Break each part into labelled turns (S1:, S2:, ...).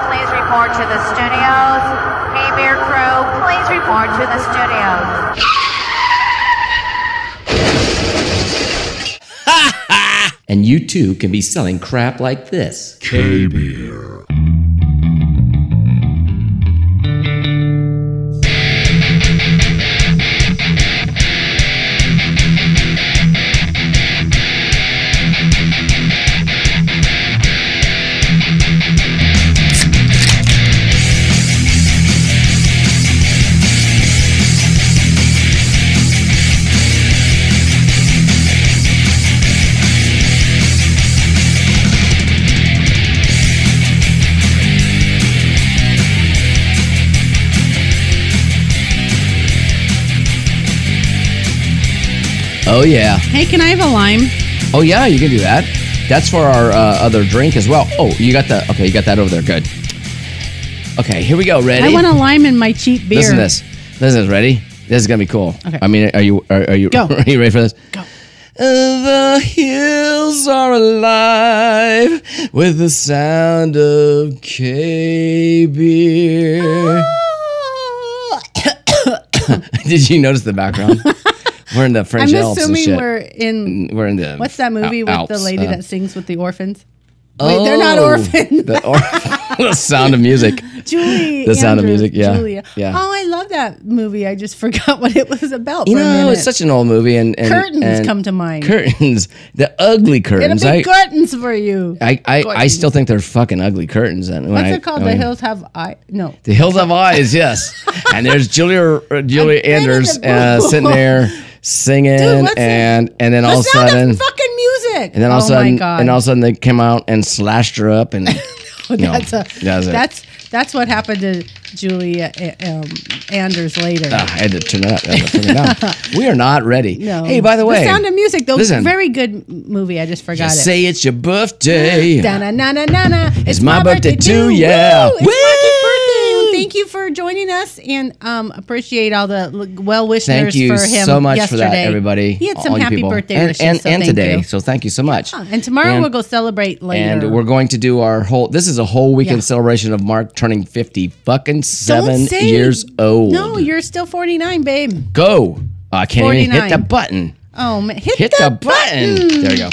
S1: report to the studios. Hey Bear Crew, please report to the studios.
S2: And you too can be selling crap like this.
S3: Oh yeah.
S4: Hey, can I have a lime?
S3: Oh yeah, you can do that. That's for our uh, other drink as well. Oh, you got the okay. You got that over there. Good. Okay, here we go. Ready?
S4: I want a lime in my cheap beer.
S3: Listen to this. Listen to this. Ready? This is gonna be cool.
S4: Okay.
S3: I mean, are you are, are you
S4: Go.
S3: are you ready for this? Go. The hills are alive with the sound of K beer. Did you notice the background? we're in the French
S4: I'm
S3: Alps and
S4: assuming
S3: shit.
S4: we're in.
S3: We're in the
S4: What's that movie
S3: Al-
S4: with the
S3: Alps,
S4: lady
S3: uh,
S4: that sings with the orphans? Wait, they're not
S3: Oh,
S4: orphans.
S3: the, or- the sound of music.
S4: Julie.
S3: The Sound of
S4: Andrews,
S3: Music, yeah,
S4: Julia.
S3: yeah.
S4: Oh, I love that movie. I just forgot what it was about.
S3: You
S4: for a
S3: know,
S4: minute.
S3: it's such an old movie, and, and
S4: Curtains
S3: and-
S4: come to mind.
S3: Curtains, the ugly
S4: It'll
S3: curtains.
S4: be
S3: I,
S4: curtains for you.
S3: I, I, I
S4: curtains.
S3: still think they're fucking ugly curtains. And when
S4: What's
S3: I-
S4: it called?
S3: I
S4: the
S3: mean,
S4: hills have eye. No.
S3: The hills have eyes. Yes, and there's Julia uh, Julia
S4: I'm in the
S3: Anders uh,
S4: pool.
S3: sitting there singing,
S4: Dude, what's it-
S3: and and then
S4: The
S3: all of a
S4: sound
S3: sudden,
S4: of fucking music.
S3: and then all of a
S4: oh
S3: sudden,
S4: my God.
S3: and all of a sudden they came out and slashed her up and. uh, you know,
S4: that's a,
S3: that's
S4: that's,
S3: it.
S4: that's what happened to Julia uh, um, Anders later.
S3: Ah, I had to turn that I had to turn it down. We are not ready.
S4: No.
S3: Hey, by the way,
S4: the Sound of Music, though,
S3: listen.
S4: very good m- movie. I just forgot it.
S3: say it's your birthday.
S4: Na na na na na.
S3: It's my birthday too, yeah.
S4: Woo! It's my
S3: Woo!
S4: birthday. Thank you for joining us and um, appreciate all the well wishers
S3: Thank you
S4: for him.
S3: so much for
S4: yesterday.
S3: that, everybody.
S4: He had some
S3: all you
S4: happy
S3: people.
S4: birthday
S3: and,
S4: wishes.
S3: and,
S4: so
S3: and
S4: thank
S3: today.
S4: you. Ah,
S3: So thank you so much.
S4: and tomorrow
S3: And-
S4: we'll go celebrate later.
S3: And we're going to do our whole. This is a whole weekend
S4: Yeah.
S3: celebration of Mark turning fifty fucking
S4: Don't
S3: seven
S4: say-
S3: years old.
S4: No, you're still 49, babe.
S3: go. I can't even hit the
S4: 49.
S3: button.
S4: Oh man, hit,
S3: Hit the,
S4: the,
S3: button. There we go.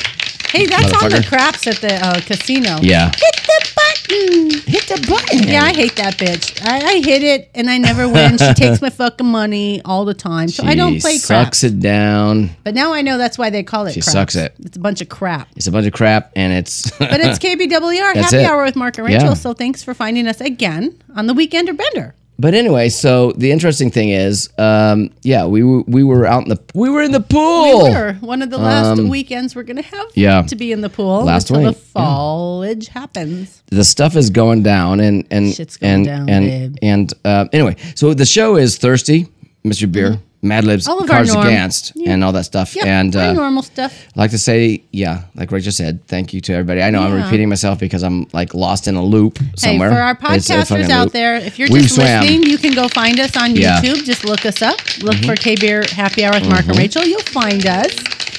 S4: Hey, that's all the
S3: Motherfucker.
S4: craps at the uh, casino.
S3: Yeah.
S4: Hit the button.
S3: Hit the button.
S4: Yeah, I hate that bitch. I, I hit it and I never win. she takes my fucking money all the time, so I don't
S3: She
S4: play crap.
S3: Sucks it down.
S4: But now I know that's why they call it.
S3: She
S4: craps.
S3: sucks it.
S4: It's a bunch of crap.
S3: It's a bunch of crap, and it's.
S4: But it's KBWR
S3: That's
S4: Happy
S3: it.
S4: Hour with Mark and
S3: Yeah.
S4: Rachel. So thanks for finding us again on the Weekender Bender.
S3: But anyway, so the interesting thing is, um, yeah, we were- we were out in the we were in the pool.
S4: We were one of the last weekends we're gonna have
S3: Um, yeah.
S4: to be in the pool
S3: Last
S4: until
S3: week, Mm.
S4: the
S3: yeah.
S4: foliage happens.
S3: The stuff is going down, and and
S4: Shit's going
S3: and
S4: down,
S3: and
S4: babe.
S3: and uh, anyway, so the show is thirsty, Mr. Beer, Mad Libs,
S4: Mm-hmm. All of our
S3: Cards
S4: norm.
S3: Against, and all that stuff.
S4: Yep,
S3: and
S4: our
S3: uh,
S4: normal stuff.
S3: I'd like to say, yeah, like Rachel said, thank you to everybody. I know I'm
S4: Yeah.
S3: repeating myself because I'm like lost in a loop somewhere.
S4: Hey, for our
S3: It's a
S4: podcasters
S3: fucking
S4: out
S3: loop.
S4: there, if you're
S3: We've
S4: just
S3: swam.
S4: listening, you can go find us on
S3: Yeah. Mm-hmm.
S4: YouTube. Just look us up. Look for K Beer Happy Hour with Mark and Rachel. You'll find us,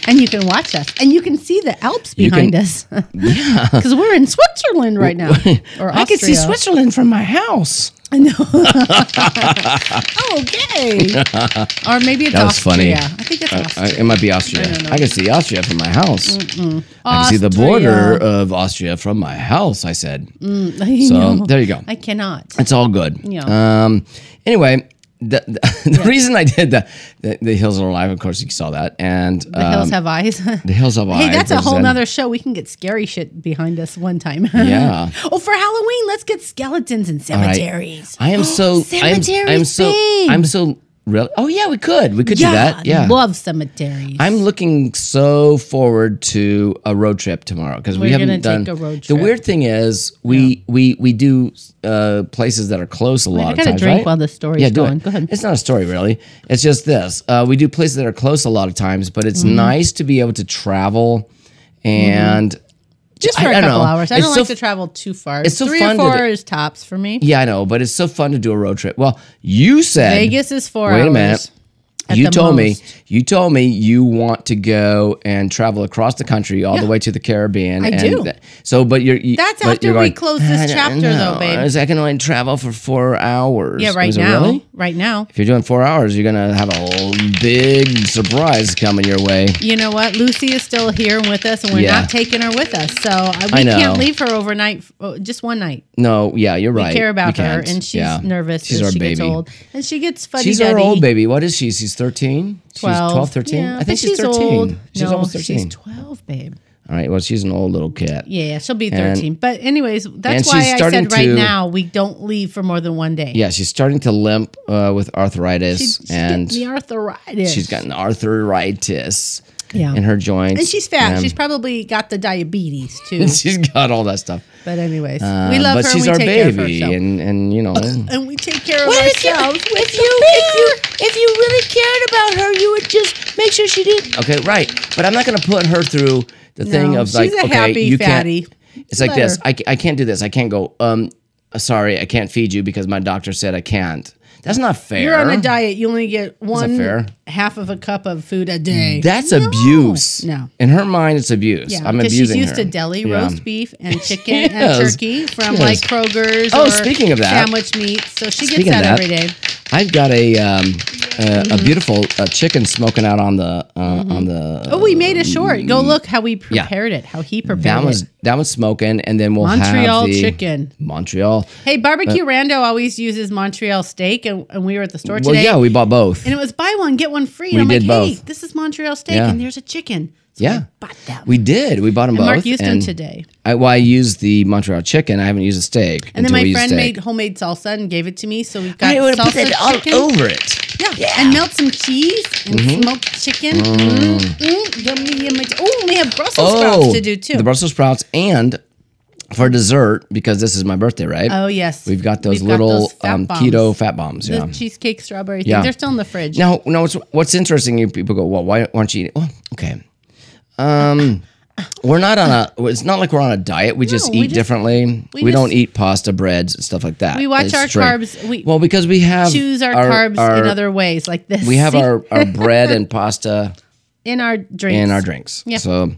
S4: and you can watch us, and you can see the Alps behind
S3: can-
S4: us. yeah, because we're in Switzerland right now. Or
S3: I could see
S4: Austria.
S3: Switzerland from my house.
S4: I know. okay. or maybe it's
S3: That was funny.
S4: Austria. I think it's
S3: I,
S4: Austria.
S3: it might be Austria.
S4: don't know.
S3: I can see Austria from my house. I can see the border
S4: Austria.
S3: of Austria from my house. I said.
S4: I
S3: So
S4: know.
S3: there you go.
S4: I cannot.
S3: it's all good.
S4: Yeah.
S3: Um. Anyway, the the, the reason I did the, the the hills are alive. Of course, you saw that, and
S4: The hills have eyes.
S3: Um, the hills have eyes.
S4: Hey, that's a
S3: which is
S4: whole
S3: an-
S4: nother show. We can get scary shit behind us one time.
S3: Yeah.
S4: oh, for Halloween, let's get skeletons and
S3: All right.
S4: cemeteries.
S3: I am so. I'm, I'm
S4: Cemeteries,
S3: so.
S4: babe.
S3: I'm so. Really? Oh yeah, we could. We could do that. Yeah.
S4: Love cemeteries.
S3: I'm looking so forward to a road trip tomorrow because we
S4: We're
S3: haven't done
S4: gonna take a road
S3: The
S4: trip.
S3: weird thing is we we we do uh, places that are close a lot
S4: I
S3: of
S4: gotta
S3: times.
S4: drink
S3: right?
S4: while this story's
S3: yeah, do
S4: going.
S3: it.
S4: Go ahead.
S3: It's not a story really. It's just this. Uh, we do places that are close a lot of times, but it's
S4: Mm-hmm.
S3: nice to be able to travel and
S4: Mm-hmm. just
S3: I-
S4: for a
S3: I don't
S4: couple
S3: know.
S4: hours. I
S3: It's
S4: don't
S3: so
S4: like to
S3: f-
S4: travel too far.
S3: it's so
S4: Three
S3: fun to
S4: or
S3: do-
S4: four is tops for me.
S3: yeah, I know, but it's so fun to do a road trip. Well, you said
S4: Vegas is four
S3: Wait
S4: hours.
S3: a minute.
S4: at
S3: you
S4: the
S3: told
S4: most.
S3: me you told me you want to go and travel across the country all the
S4: Yeah.
S3: way to the Caribbean.
S4: I
S3: and
S4: do.
S3: th- so, but you're you,
S4: That's
S3: but
S4: after
S3: you're
S4: we
S3: going,
S4: close this
S3: "I don't
S4: chapter,
S3: know.
S4: though, babe."
S3: I was- I can only travel for four hours.
S4: Yeah,
S3: I
S4: right
S3: was,
S4: now.
S3: Really?
S4: Right now.
S3: If you're doing four hours, you're gonna have a l- big surprise coming your way.
S4: You know what? Lucy is still here with us, and we're
S3: Yeah.
S4: not taking her with us. So uh, we
S3: I know.
S4: can't leave her overnight, oh, just one night.
S3: No, yeah, you're
S4: We
S3: right.
S4: care
S3: You
S4: about her,
S3: can't.
S4: and she's
S3: Yeah.
S4: nervous
S3: She's
S4: as
S3: our
S4: she
S3: baby.
S4: gets old. And she gets fuddy
S3: She's our old baby. What is she? She's 13? She's 12, 13?
S4: Yeah,
S3: I
S4: but
S3: think she's 13.
S4: Old.
S3: She's
S4: no,
S3: almost 13.
S4: She's 12, babe.
S3: All right. Well, she's an old little cat.
S4: Yeah, she'll be 13. but, anyways, that's
S3: and
S4: why
S3: she's
S4: I
S3: starting
S4: said right
S3: to-
S4: now we don't leave for more than one day.
S3: Yeah, she's starting to limp uh, with arthritis,
S4: She's
S3: and
S4: getting the arthritis.
S3: she's gotten arthritis
S4: Yeah.
S3: in her joints.
S4: And she's fat.
S3: and
S4: she's probably got the diabetes, too.
S3: she's got all that stuff.
S4: but, anyways,
S3: Uh,
S4: we love
S3: but
S4: her.
S3: she's our
S4: and we take care of
S3: baby,
S4: herself.
S3: and and you know,
S4: and we take care of
S5: Well, if you,
S4: ourselves.
S5: if you, if you, if you really cared about her, you would just make sure she didn't.
S3: okay, right. But I'm not gonna put her through the thing
S4: No,
S3: of like,
S4: she's a
S3: okay,
S4: happy
S3: you
S4: fatty.
S3: can't. It's like
S4: Let
S3: this.
S4: her.
S3: I, ca- I can't do this. I can't go. Um, sorry, I can't feed you because my doctor said I can't. That's not fair.
S4: You're on a diet. You only get
S3: fair.
S4: one half of a cup of food a day.
S3: That's
S4: No.
S3: abuse.
S4: No.
S3: In her mind, it's abuse.
S4: Yeah,
S3: I'm
S4: because
S3: abusing
S4: she's used
S3: her.
S4: to deli
S3: Yeah.
S4: roast beef and chicken
S3: Yes.
S4: and turkey from
S3: Yes.
S4: like Kroger's.
S3: Oh,
S4: or
S3: speaking of that-
S4: sandwich meat. So she
S3: Speaking
S4: gets
S3: of
S4: that,
S3: that,
S4: every day.
S3: I've got a um, uh, a beautiful uh, chicken smoking out on the uh, on the.
S4: Oh, we made it short. Go look how we prepared it. How he prepared
S3: that was
S4: it.
S3: that was smoking, and then we'll
S4: Montreal
S3: have the
S4: chicken.
S3: Montreal.
S4: Hey,
S3: uh,
S4: barbecue Rando always uses Montreal steak, and, and we were at the store
S3: Well,
S4: today.
S3: yeah, we bought both.
S4: and it was buy one get one free.
S3: We
S4: And I'm
S3: did
S4: like, hey,
S3: both.
S4: this is Montreal steak,
S3: Yeah.
S4: and there's a chicken. So
S3: Yeah.
S4: I bought that.
S3: We did. We bought them
S4: And
S3: both.
S4: Mark used them
S3: and
S4: today.
S3: I, well, I used the Montreal chicken. I haven't used a steak.
S4: And then
S3: until we
S4: my
S3: used
S4: friend
S3: steak.
S4: made homemade salsa and gave it to me. So we got
S3: I would have
S4: salsa
S3: put that all
S4: chicken.
S3: over it.
S4: Yeah. and melt some cheese and
S3: Mm-hmm.
S4: smoked chicken. Mm. Mm. Yummy, yummy. Oh, we have Brussels sprouts to do too.
S3: Oh, the Brussels sprouts, and for dessert because this is my birthday, right?
S4: oh yes,
S3: We've got those
S4: We've
S3: little
S4: those fat
S3: um,
S4: bombs.
S3: keto fat bombs.
S4: the
S3: Yeah.
S4: cheesecake strawberry thing.
S3: Yeah.
S4: They're still in the fridge.
S3: Now, no, it's, what's interesting, you people go, well, why, why aren't you eating? Well, okay. Um, we're not on a, it's not like we're on a diet. We just
S4: No, we
S3: eat
S4: just-
S3: differently. We,
S4: we
S3: don't
S4: just-
S3: eat pasta, breads, and stuff like that.
S4: We watch
S3: It's
S4: our
S3: straight.
S4: carbs- we
S3: well, because we have.
S4: Choose our, carbs in other ways, like this.
S3: We have
S4: See?
S3: our, our bread and pasta
S4: in our drinks.
S3: in our drinks.
S4: Yeah.
S3: So,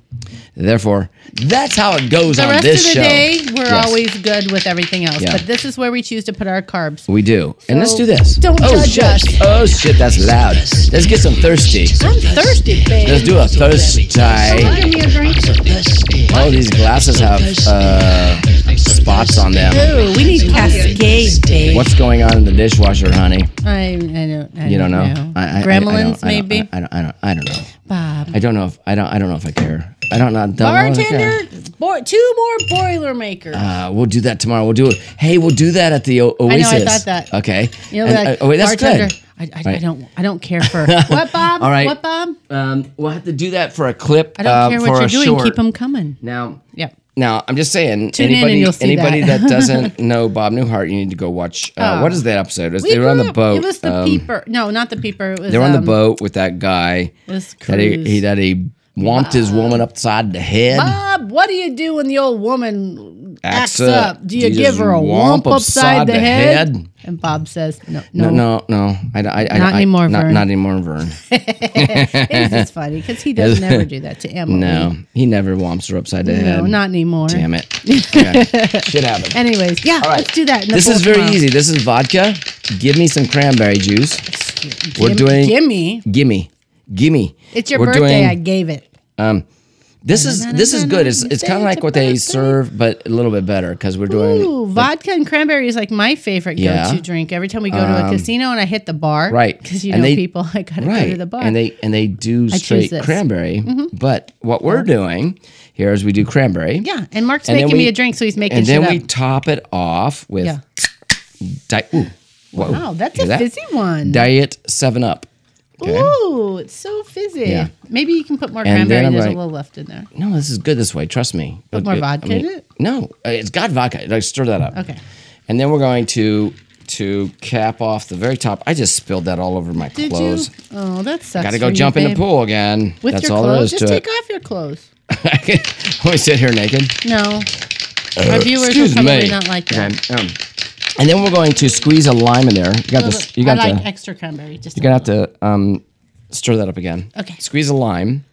S3: therefore, that's how it goes
S4: The
S3: on
S4: rest of the
S3: this show.
S4: day, we're
S3: Yes.
S4: always good with everything else,
S3: Yeah.
S4: but this is where we choose to put our carbs.
S3: We do. and let's
S4: So,
S3: do this.
S4: don't
S3: oh,
S4: judge
S3: shit.
S4: us.
S3: Oh, shit, that's loud. Let's get some thirsty.
S4: I'm thirsty, babe.
S3: Let's do a thirsty.
S4: Give me a drink.
S3: All these glasses have uh, spots on them.
S4: Ooh, we need Cascade, babe.
S3: What's going on in the dishwasher, honey?
S4: I, I don't. I
S3: You don't know. I- I- I- I don't-
S4: Gremlins,
S3: I don't-
S4: maybe.
S3: I don't. I don't. I don't know.
S4: Bob.
S3: I don't know if I don't. I don't know if I care. I don't know. Don't know if I care.
S4: Bartender, bo- two more Boilermakers.
S3: Uh, we'll do that tomorrow. We'll do it. Hey, we'll do that at the o-
S4: I
S3: Oasis.
S4: know, I thought that.
S3: Okay.
S4: you know,
S3: And,
S4: like,
S3: uh, oh, wait, that's
S4: bartender.
S3: good.
S4: I, I, I
S3: Right.
S4: don't. I don't care for what Bob.
S3: All right.
S4: What Bob?
S3: Um, we'll have to do that for a clip.
S4: I don't
S3: uh,
S4: care
S3: for
S4: what
S3: a
S4: you're doing.
S3: short.
S4: Keep them coming.
S3: Now,
S4: Yeah.
S3: Now, I'm just saying,
S4: Tune in
S3: anybody
S4: and you'll see
S3: anybody that,
S4: that. Oh.
S3: doesn't know Bob Newhart, you need to go watch. Uh, what is that episode? It's-
S4: We
S3: they were on
S4: grew
S3: the
S4: up-
S3: boat.
S4: It was the
S3: um,
S4: peeper. No, not the peeper. It was.
S3: They were on the
S4: um,
S3: boat with that guy
S4: It was
S3: that he,
S4: Cruz.
S3: he that he whomped his woman upside the head.
S4: Bob, what do you do when the old woman
S3: Acts
S4: acts,
S3: up.
S4: up?
S3: Do
S4: Do you
S3: you
S4: give
S3: just
S4: her a
S3: whomp
S4: womp upside the,
S3: the
S4: head?
S3: head?
S4: And Bob says, "No,
S3: No,
S4: no,
S3: no, no. I, I, I,
S4: Not
S3: I-
S4: anymore,
S3: Not,
S4: Vern.
S3: not anymore, Vern.
S4: It's just funny because he does never do that to Emily.
S3: No, he never whomps her upside the head.
S4: no, not anymore.
S3: Damn it. Okay. Shit happens.
S4: Anyways, yeah,
S3: right.
S4: let's do that. in the
S3: This
S4: bowl
S3: is very
S4: tomorrow.
S3: easy. This is vodka. Give me some cranberry juice. We're
S4: Gim-
S3: doing.
S4: Gimme.
S3: Gimme. Gimme.
S4: It's your
S3: We're
S4: birthday.
S3: doing-
S4: I gave it.
S3: This is this is good. It's it's kind of like what they serve, but a little bit better because we're doing
S4: Ooh, vodka and cranberry is like my favorite
S3: Yeah. Um,
S4: go-to drink. Every time we go to a casino and I hit the bar,
S3: right.
S4: Because you
S3: And
S4: know
S3: they-
S4: people, I gotta
S3: right,
S4: go to the bar.
S3: and they and they do
S4: choose
S3: straight
S4: this. Mm-hmm.
S3: cranberry. But what we're doing here is we do cranberry.
S4: yeah, and Mark's
S3: And then
S4: making
S3: we-
S4: me a drink, so he's making
S3: and then
S4: shit
S3: we
S4: up.
S3: top it off with
S4: Yeah.
S3: di- ooh, whoa,
S4: Wow, that's
S3: hear
S4: a
S3: that?
S4: fizzy one.
S3: diet Seven Up. Okay.
S4: Ooh, it's so fizzy.
S3: Yeah.
S4: Maybe you can put more
S3: And then
S4: cranberry.
S3: I'm
S4: There's
S3: like-
S4: a little left in there.
S3: No, this is good this way. Trust me. Put
S4: more vodka in it?
S3: No, uh, it's got vodka. Like stir that up.
S4: Okay.
S3: And then we're going to to cap off the very top. I just spilled that all over my
S4: Did
S3: clothes.
S4: you? Oh, that sucks.
S3: Got to
S4: for
S3: go
S4: you,
S3: jump in the
S4: babe.
S3: pool again.
S4: with
S3: That's
S4: your
S3: all
S4: clothes.
S3: there is
S4: Just
S3: to
S4: take
S3: it.
S4: off your clothes.
S3: I can only sit here naked.
S4: No, our viewers will
S3: Excuse
S4: probably
S3: me.
S4: not like that.
S3: Okay, um, and then we're going to squeeze a lime in there. You got
S4: little
S3: this.
S4: bit-
S3: You got
S4: I
S3: the.
S4: like extra cranberry. Just
S3: you're gonna have to um, Stir that up again.
S4: Okay.
S3: Squeeze a lime.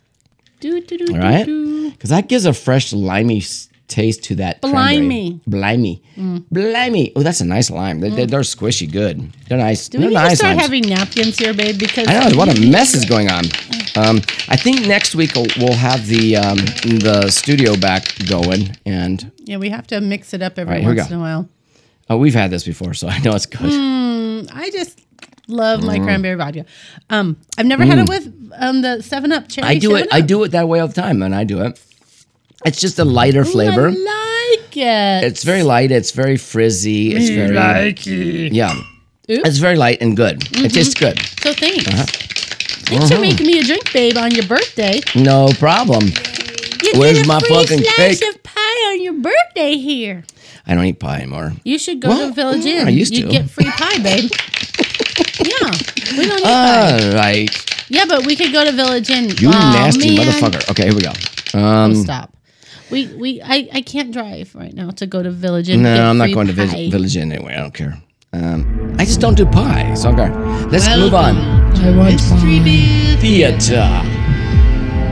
S4: Do, do, do,
S3: All right.
S4: do, do.
S3: Because that gives a fresh limey s- taste to that.
S4: Blimey.
S3: Cranberry.
S4: Mm.
S3: Blimey. Blimey. Oh, that's a nice lime. They, they, they're squishy good. They're nice.
S4: Do we
S3: they're
S4: need to
S3: nice
S4: start
S3: limes.
S4: having napkins here, babe? Because
S3: I know what a mess is going on. Um, I think next week we'll, we'll have the um, the studio back going, and
S4: yeah, we have to mix it up every
S3: All right, here we
S4: once
S3: go.
S4: in a while.
S3: oh, we've had this before, so I know it's good.
S4: I just love
S3: Mm.
S4: my cranberry vodka. Um, I've never had it with um the Seven Up cherry.
S3: I do it.
S4: 7
S3: I
S4: Up.
S3: do it that way all the time, and I do it. It's just a lighter flavor.
S4: I like it.
S3: It's very light. It's very frizzy. It's very Yeah,
S4: Ooh.
S3: it's very light and good.
S4: Mm-hmm.
S3: It tastes good.
S4: so thanks.
S3: Uh-huh.
S4: Thanks for making me a drink, babe, on your birthday.
S3: No problem.
S4: You
S3: Where's
S4: did a
S3: my
S4: free
S3: fucking
S4: slice
S3: cake?
S4: of pie on your birthday here.
S3: I don't eat pie anymore.
S4: You should go
S3: Well,
S4: to Village
S3: yeah,
S4: Inn.
S3: I used
S4: You'd
S3: to.
S4: get free pie, babe. yeah, we don't need pie.
S3: All right,
S4: Yeah, but we could go to Village Inn.
S3: Uh, you
S4: Aw,
S3: nasty
S4: man.
S3: motherfucker. Um, Okay, here we go.
S4: Oh, stop. We we I, I can't drive right now to go to Village Inn.
S3: No,
S4: get
S3: I'm not
S4: free
S3: going to
S4: pie.
S3: Village, Village Inn anyway. I don't care. Um, I just don't do pie. So okay, let's move on.
S4: I want
S5: Mystery Booth,
S3: Theater.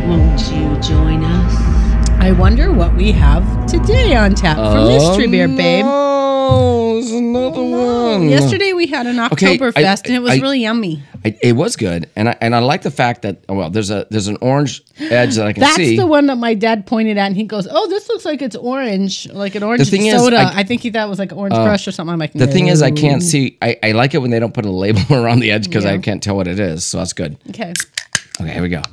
S5: won't you join us?
S4: I wonder what we have today on tap for mystery beer,
S3: Um,
S4: babe.
S3: Oh, it's another one.
S4: Yesterday we had an
S3: um, Okay,
S4: Oktoberfest
S3: I-
S4: and it was
S3: I-
S4: really yummy.
S3: I, it was good, and I and I like the fact that oh, well, there's a there's an orange edge that I can
S4: That's
S3: see.
S4: the one that my dad pointed at, and he goes, "Oh, this looks like it's orange, like an orange
S3: thing is,
S4: soda."
S3: I- Uh,
S4: I, think he thought it was like orange crush or something. I'm like,
S3: the thing is, I can't see. I, I like it when they don't put a label around the edge because I
S4: Yeah.
S3: can't tell what it is. So that's good.
S4: Okay,
S3: Okay, here we go.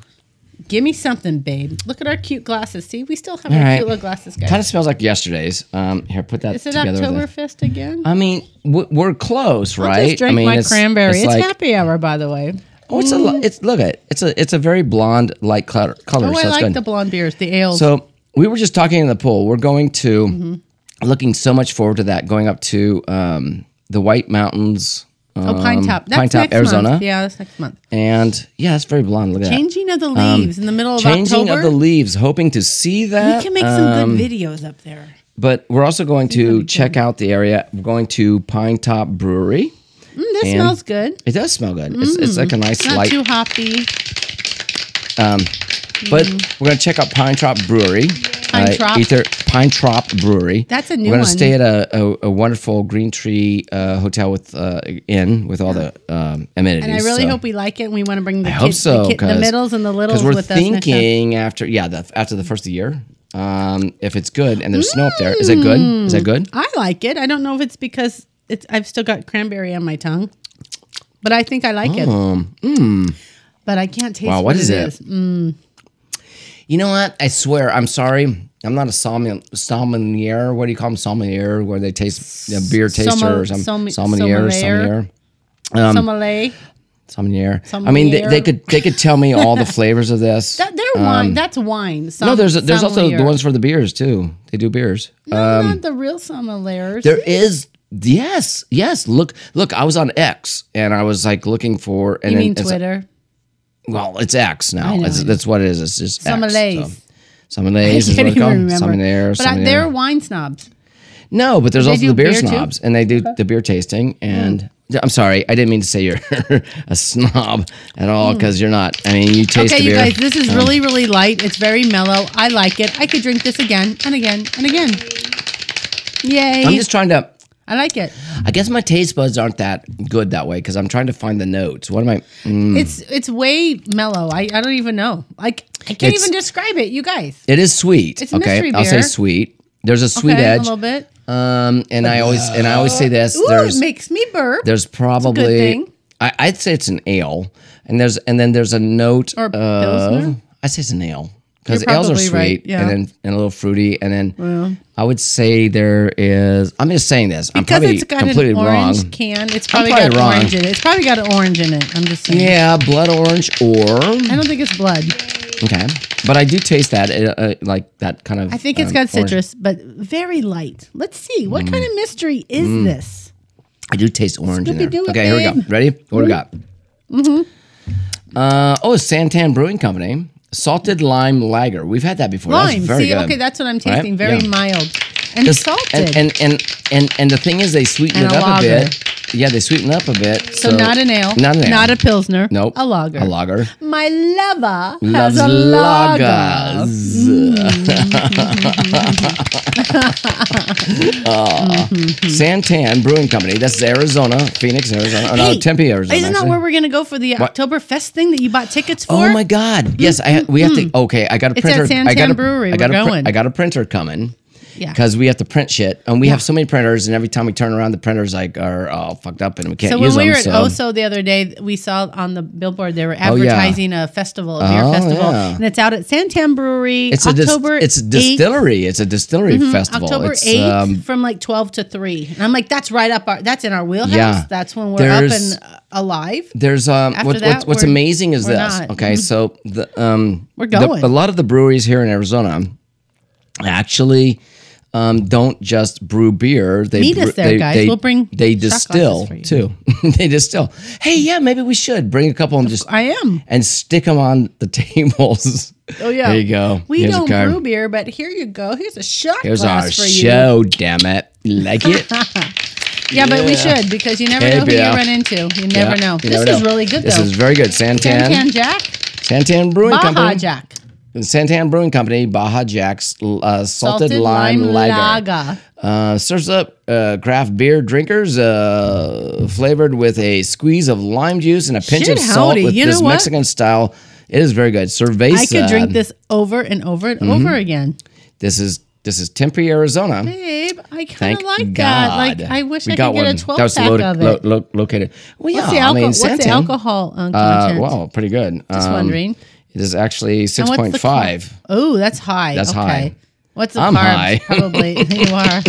S4: give me something, babe. Look at our cute glasses. See, we still have our
S3: right.
S4: cute little glasses, guys.
S3: Kind of smells like yesterday's. Um, here, put that
S4: Is it
S3: together. with the-
S4: Oktoberfest again?
S3: I mean, w- we're close, right?
S4: I just drank
S3: I mean,
S4: my cranberry. It's,
S3: like-
S4: happy hour, by the way.
S3: Oh, it's a lo- it's look at it's a it's a very blonde light color. color
S4: Oh,
S3: so
S4: I
S3: it's
S4: like
S3: good.
S4: the blonde beers, the ales.
S3: So we were just talking in the pool. We're going to looking so much forward to that. Going up to um, the White Mountains.
S4: oh, Pine
S3: um,
S4: Top. That's
S3: Pine Top,
S4: next
S3: Arizona.
S4: Month. Yeah, that's next month.
S3: And yeah, it's very blonde. Look at
S4: Changing of the
S3: that. Um,
S4: leaves in the middle of
S3: changing
S4: October.
S3: of the leaves. Hoping to see that.
S4: we can make
S3: um,
S4: some good videos up there.
S3: But we're also going to check out the area. We're going to Pine Top Brewery.
S4: Mm, this
S3: and-
S4: smells good.
S3: It does smell good. It's, it's like a nice
S4: Mm, Not
S3: light.
S4: too hoppy.
S3: But we're gonna check out Pine Trop Brewery.
S4: Mm.
S3: Uh,
S4: Pine Trop?
S3: Ether, Pine Trop Brewery.
S4: That's a new
S3: We're gonna
S4: one.
S3: stay at a, a, a wonderful Green Tree uh, hotel with uh, inn with all the um, amenities.
S4: And I really
S3: so-
S4: hope we like it. And we want to bring the
S3: I
S4: kids,
S3: hope so
S4: the, kid, the middles and the littles
S3: because we're
S4: with us. next
S3: thinking after yeah the, after the first of the year um, if it's good and there's snow up there is it good is that good
S4: time. I like it. I don't know if it's because it's I've still got cranberry on my tongue, but I think I like it. But I can't taste.
S3: Um, hmm. Wow, what
S4: what
S3: is
S4: it Mm.
S3: it? you know what I swear I'm sorry I'm not a sommel- sommelier what do you call them sommelier where they taste a beer taster or
S4: Sommo-
S3: some
S4: sommi-
S3: sommelier
S4: sommelier.
S3: sommelier Um,
S4: Sommelier.
S3: Sommelier. I mean, they, they
S4: Sommelier.
S3: could they could tell me all the flavors of this.
S4: That, they're wine. That's wine.
S3: um, no, there's there's also the
S4: Sommelier.
S3: ones for the beers too. They do beers. Uh,
S4: No, not the real sommeliers.
S3: there is yes yes. Look look, I was on X and I was like looking for and
S4: you
S3: then
S4: mean
S3: it's-
S4: Twitter?
S3: well, it's X now. It's- that's what it is. It's just
S4: Sommeliers.
S3: X, so. Sommeliers is what
S4: can't
S3: it's
S4: even
S3: called.
S4: remember.
S3: Sommelier.
S4: But I,
S3: sommelier.
S4: they're wine snobs.
S3: no, but there's also
S4: do
S3: the beer,
S4: beer, too? Hmm.
S3: snobs, and they do the beer tasting. And I'm sorry, I didn't mean to say you're a snob at all because you're not. I mean, you taste
S4: Hmm. Okay,
S3: the
S4: you
S3: beer. Um,
S4: guys, this is really, really light. It's very mellow. I like it. I could drink this again and again and again. Yay.
S3: I'm just trying to
S4: I like it.
S3: I guess my taste buds aren't that good that way because I'm trying to find the notes. What am I? Mm,
S4: It's it's way mellow. I, I don't even know. Like I can't
S3: It's-
S4: even describe it, you guys.
S3: it is sweet.
S4: It's
S3: okay,
S4: mystery
S3: I'll say
S4: beer.
S3: sweet. There's a sweet
S4: okay, a
S3: edge.
S4: little bit.
S3: Um, and I always and I always say this.
S4: Ooh,
S3: there's
S4: it makes me burp.
S3: there's probably
S4: thing.
S3: I, I'd say it's an ale, and there's and then there's a note
S4: Or
S3: of-
S4: Pilsner?
S3: I say it's an ale because
S4: You're
S3: ales are
S4: probably
S3: sweet
S4: right, yeah.
S3: and then and a little fruity and then I would say there is. I'm just saying this. I'm
S4: because
S3: probably
S4: it's got
S3: completely
S4: an orange
S3: wrong.
S4: can. It's probably,
S3: probably
S4: got
S3: wrong.
S4: orange in it. It's probably got an orange in it. I'm just saying.
S3: Yeah, blood orange or
S4: I don't think it's blood.
S3: Okay, but I do taste that, uh, uh, like that kind of.
S4: I think it's
S3: um,
S4: got
S3: orange. Mm.
S4: citrus, but very light. Let's see. What kind of mystery is this?
S3: I do taste orange in there.
S4: Scooby-Doo it,
S3: Okay, here we go.
S4: babe.
S3: Ready? What do we got? Mm-hmm. Uh, oh, Santan Brewing Company, salted lime lager. We've had that before.
S4: Lime.
S3: That's very
S4: See,
S3: good.
S4: okay, that's what I'm
S3: Right?
S4: tasting. Very
S3: Yeah.
S4: mild. And
S3: Just- And
S4: salted.
S3: and, and and and the thing is, they sweeten
S4: And
S3: it
S4: a
S3: up a
S4: lager.
S3: bit. Yeah, they sweeten up a bit.
S4: So, not an ale.
S3: Not an ale.
S4: Not a pilsner.
S3: Nope.
S4: A lager.
S3: A lager.
S4: My lover
S3: Loves
S4: has a Mm. lager.
S3: lagers. Aw. Ah. Santan Brewing Company. That's Arizona, Phoenix, Arizona. Oh, no,
S4: Hey,
S3: Tempe, Arizona.
S4: Isn't that
S3: actually.
S4: where we're gonna go for the
S3: What?
S4: Oktoberfest thing that you bought tickets for? Mm-hmm.
S3: Oh my God! Yes, I ha- we have to. Okay, I got a
S4: It's at
S3: printer. I got
S4: Santan
S3: a,
S4: Brewery.
S3: I got
S4: We're
S3: a pr-
S4: going.
S3: I got a printer coming.
S4: Yeah.
S3: Because we have to print shit, and we have so many printers, and every time we turn around, the printers like are all fucked up, and we can't
S4: So when
S3: use
S4: we were
S3: them.
S4: at Oso the other day, we saw on the billboard they were advertising a festival, a beer
S3: Oh,
S4: festival,
S3: yeah.
S4: and it's out at Santan Brewery.
S3: it's a dis-
S4: October.
S3: it's a
S4: 8th
S3: distillery. It's a distillery festival.
S4: October
S3: it's,
S4: eighth
S3: um,
S4: from like twelve to three, and I'm like, that's right up our, that's in our wheelhouse.
S3: Yeah.
S4: that's when we're up
S3: There's-
S4: and uh, alive.
S3: There's um
S4: After
S3: what,
S4: that,
S3: what's what's
S4: we're-
S3: amazing is
S4: we're
S3: this.
S4: not.
S3: Okay, so the um
S4: We're
S3: the-
S4: going.
S3: a lot of the breweries here in Arizona actually um, don't just brew beer. They
S4: Meet
S3: brew,
S4: us there,
S3: they,
S4: guys.
S3: They,
S4: We'll bring
S3: they
S4: shot glasses
S3: distill
S4: for you.
S3: too. they distill. Hey, yeah, maybe we should bring a couple and just
S4: I am.
S3: and stick them on the tables.
S4: Oh yeah,
S3: there you go.
S4: We
S3: Here's a
S4: don't
S3: card.
S4: brew beer, but here you go. Here's a shot
S3: Here's
S4: glass
S3: our
S4: for
S3: show. Damn it, You like it.
S4: you. Yeah, but we
S3: Yeah.
S4: should because you never
S3: Hey,
S4: know who
S3: yeah.
S4: you run into. You never
S3: Yeah,
S4: know.
S3: you
S4: this
S3: never
S4: is
S3: know.
S4: really good
S3: This
S4: though.
S3: is very good. Santan
S4: Santan Jack.
S3: Santan Brewing
S4: Baja
S3: Company.
S4: Jack.
S3: Santan Brewing Company, Baja Jack's uh, salted,
S4: Salted
S3: lime,
S4: lime,
S3: lager,
S4: lager.
S3: Uh, serves up uh, craft beer drinkers uh, flavored with a squeeze of lime juice and a pinch of
S4: Shit
S3: salt
S4: howdy,
S3: with
S4: you
S3: this
S4: know what?
S3: Mexican style. It is very good. Cerveza.
S4: I could drink this over and over
S3: Mm-hmm.
S4: and over again.
S3: This is this is Tempe, Arizona.
S4: Babe, I kind
S3: Thank
S4: of like
S3: God.
S4: that. Like, I wish
S3: we
S4: I
S3: got
S4: could get
S3: one.
S4: a 12
S3: That was
S4: pack
S3: lo-
S4: of it.
S3: lo- lo- located. Well, yeah,
S4: what's the,
S3: I
S4: alcohol?
S3: mean,
S4: what's the
S3: Santan,
S4: alcohol um,
S3: Uh, um,
S4: content?
S3: wow, pretty good.
S4: Just wondering.
S3: It is actually
S4: And
S3: six
S4: what's
S3: point
S4: the
S3: five.
S4: carb- Oh, that's high.
S3: That's
S4: okay.
S3: high.
S4: What's the
S3: I'm
S4: carbs?
S3: high.
S4: Probably you are.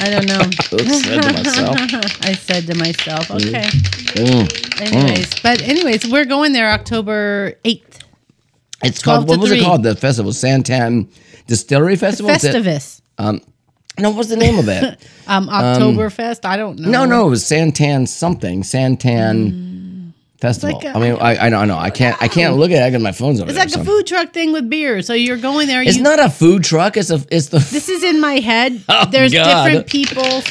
S4: I don't know.
S3: Oops, said to myself. Mm.
S4: I said to myself, okay. Anyways, but anyways, we're going there October eighth.
S3: It's
S4: 12
S3: called what
S4: to
S3: was
S4: three.
S3: it called? The festival, Santan Distillery Festival. Is it-
S4: Festivus.
S3: No, what's the name of it?
S4: Um, Oktoberfest. I don't know.
S3: no, no, it was Santan something. Santan Festival.
S4: Hmm. It's like
S3: I mean, I, I know, I know. I can't, I can't look at it because my phone's over
S4: It's
S3: there.
S4: like
S3: so-
S4: a food truck thing with beer. So you're going there.
S3: It's
S4: you,
S3: not a food truck. It's a, it's the.
S4: This is in my head.
S3: Oh,
S4: There's
S3: God. Mm,
S4: different people.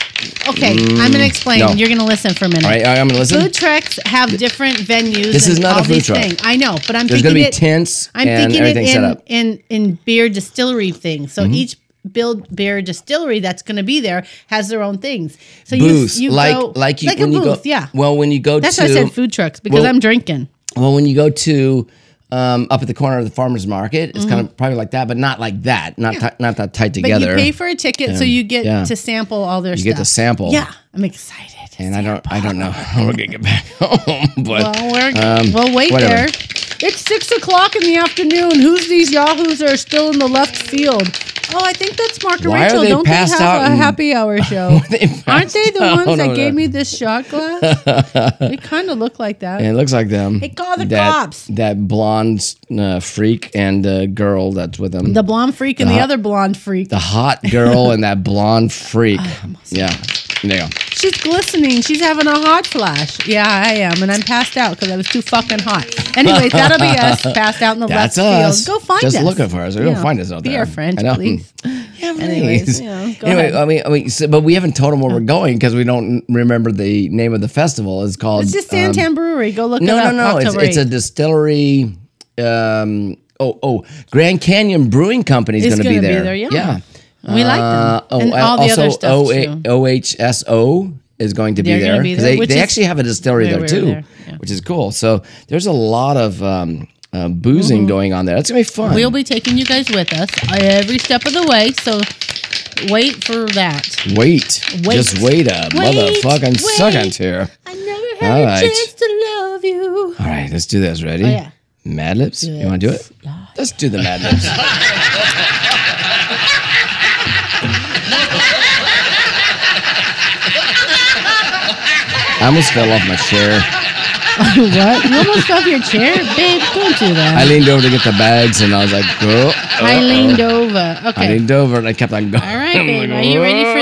S4: Okay, I'm gonna explain.
S3: no.
S4: You're gonna listen for a minute.
S3: all right, all right, I'm gonna listen.
S4: Food trucks have different venues.
S3: This is
S4: and
S3: not a
S4: all
S3: food
S4: these
S3: truck.
S4: things. I know, but I'm
S3: There's
S4: thinking
S3: gonna be
S4: it,
S3: tents
S4: I'm
S3: and
S4: thinking it
S3: everything
S4: in,
S3: set up. Mm-hmm.
S4: in in beer distillery things. So each build beer distillery that's going to be there has their own things. So
S3: Booths,
S4: you, you
S3: like
S4: go,
S3: like you
S4: like
S3: when
S4: a
S3: you
S4: booth,
S3: go,
S4: yeah.
S3: Well, when you go
S4: that's
S3: to,
S4: why I said food trucks because
S3: well-
S4: I'm drinking.
S3: Well, when you go to um, up at the corner of the farmers market, it's kind of probably like that, but not like that, not ti- not that tight
S4: Mm-hmm. But
S3: together.
S4: you pay for a ticket, so you get
S3: yeah.
S4: to sample all their stuff.
S3: get to sample.
S4: Yeah, I'm excited.
S3: and I don't, I don't know how we're gonna get back home, but
S4: Well, we're, we'll wait
S3: uh, um, whatever.
S4: there. It's six o'clock in the afternoon. Who's these yahoos are still in the left field? Oh, I think that's Mark and
S3: Why are
S4: Rachel.
S3: they
S4: Don't they
S3: passed
S4: have
S3: out
S4: a
S3: and-
S4: happy hour show?
S3: they
S4: Aren't they the
S3: passed
S4: ones
S3: out
S4: that
S3: over there.
S4: gave me this shot glass? they kind of look like that.
S3: And it looks like them. Hey,
S4: call the
S3: that,
S4: cops.
S3: That blonde uh, freak and uh, girl that's with them.
S4: the
S3: The,
S4: blonde freak and the
S3: Uh-huh.
S4: other blonde freak.
S3: hot girl and that blonde freak.
S4: Ah,
S3: yeah. There you go.
S4: She's glistening. She's having a hot flash. Yeah, I am, and I'm passed out because I was too fucking hot. Anyways, that'll be us passed out in the
S3: That's
S4: left
S3: us.
S4: field. Go find
S3: Just
S4: us.
S3: looking for us. Go find us out
S4: be
S3: there.
S4: our friend,
S3: I know.
S4: please.
S3: Yeah,
S4: Anyways, you know,
S3: anyway,
S4: go
S3: um,
S4: ahead. Oh.
S3: I mean, I mean, so, but we haven't told them where we're going because we don't remember the name of the festival. It's called.
S4: It's just
S3: um,
S4: Santan Brewery. Go look
S3: No,
S4: it
S3: no,
S4: up.
S3: no. It's,
S4: October
S3: it's a
S4: 8th.
S3: distillery. Um, oh, oh, Grand Canyon Brewing Company is
S4: It's
S3: going to be
S4: gonna be
S3: there.
S4: there, yeah.
S3: yeah.
S4: We like them.
S3: uh, oh,
S4: And all the other stuff,
S3: um,
S4: too.
S3: OHSO is going to be
S4: They're gonna
S3: there
S4: be
S3: 'cause
S4: there,
S3: they,
S4: which
S3: they
S4: is
S3: actually have a distillery
S4: where
S3: there
S4: we were
S3: too,
S4: there, yeah.
S3: which is cool. So there's a lot of um, uh, boozing going on there. That's gonna be fun.
S4: Mm-hmm. We'll be taking you guys with us every step of the way. So wait for that.
S3: wait,
S4: Wait.
S3: just wait a
S4: Wait,
S3: motherfucking
S4: wait.
S3: second here.
S4: I never
S3: had a All right. chance
S4: to love you.
S3: All right, let's do this. Ready?
S4: Oh, yeah.
S3: Mad Libs. You want to do it? Let's do the Mad Libs. I almost fell off my chair.
S4: what? You almost off your chair, babe? Don't do that.
S3: I leaned over to get the bags, and I was like, "Go!"
S4: I, leaned over. Okay.
S3: I leaned over, and I kept on going.
S4: All right, babe. Are you ready for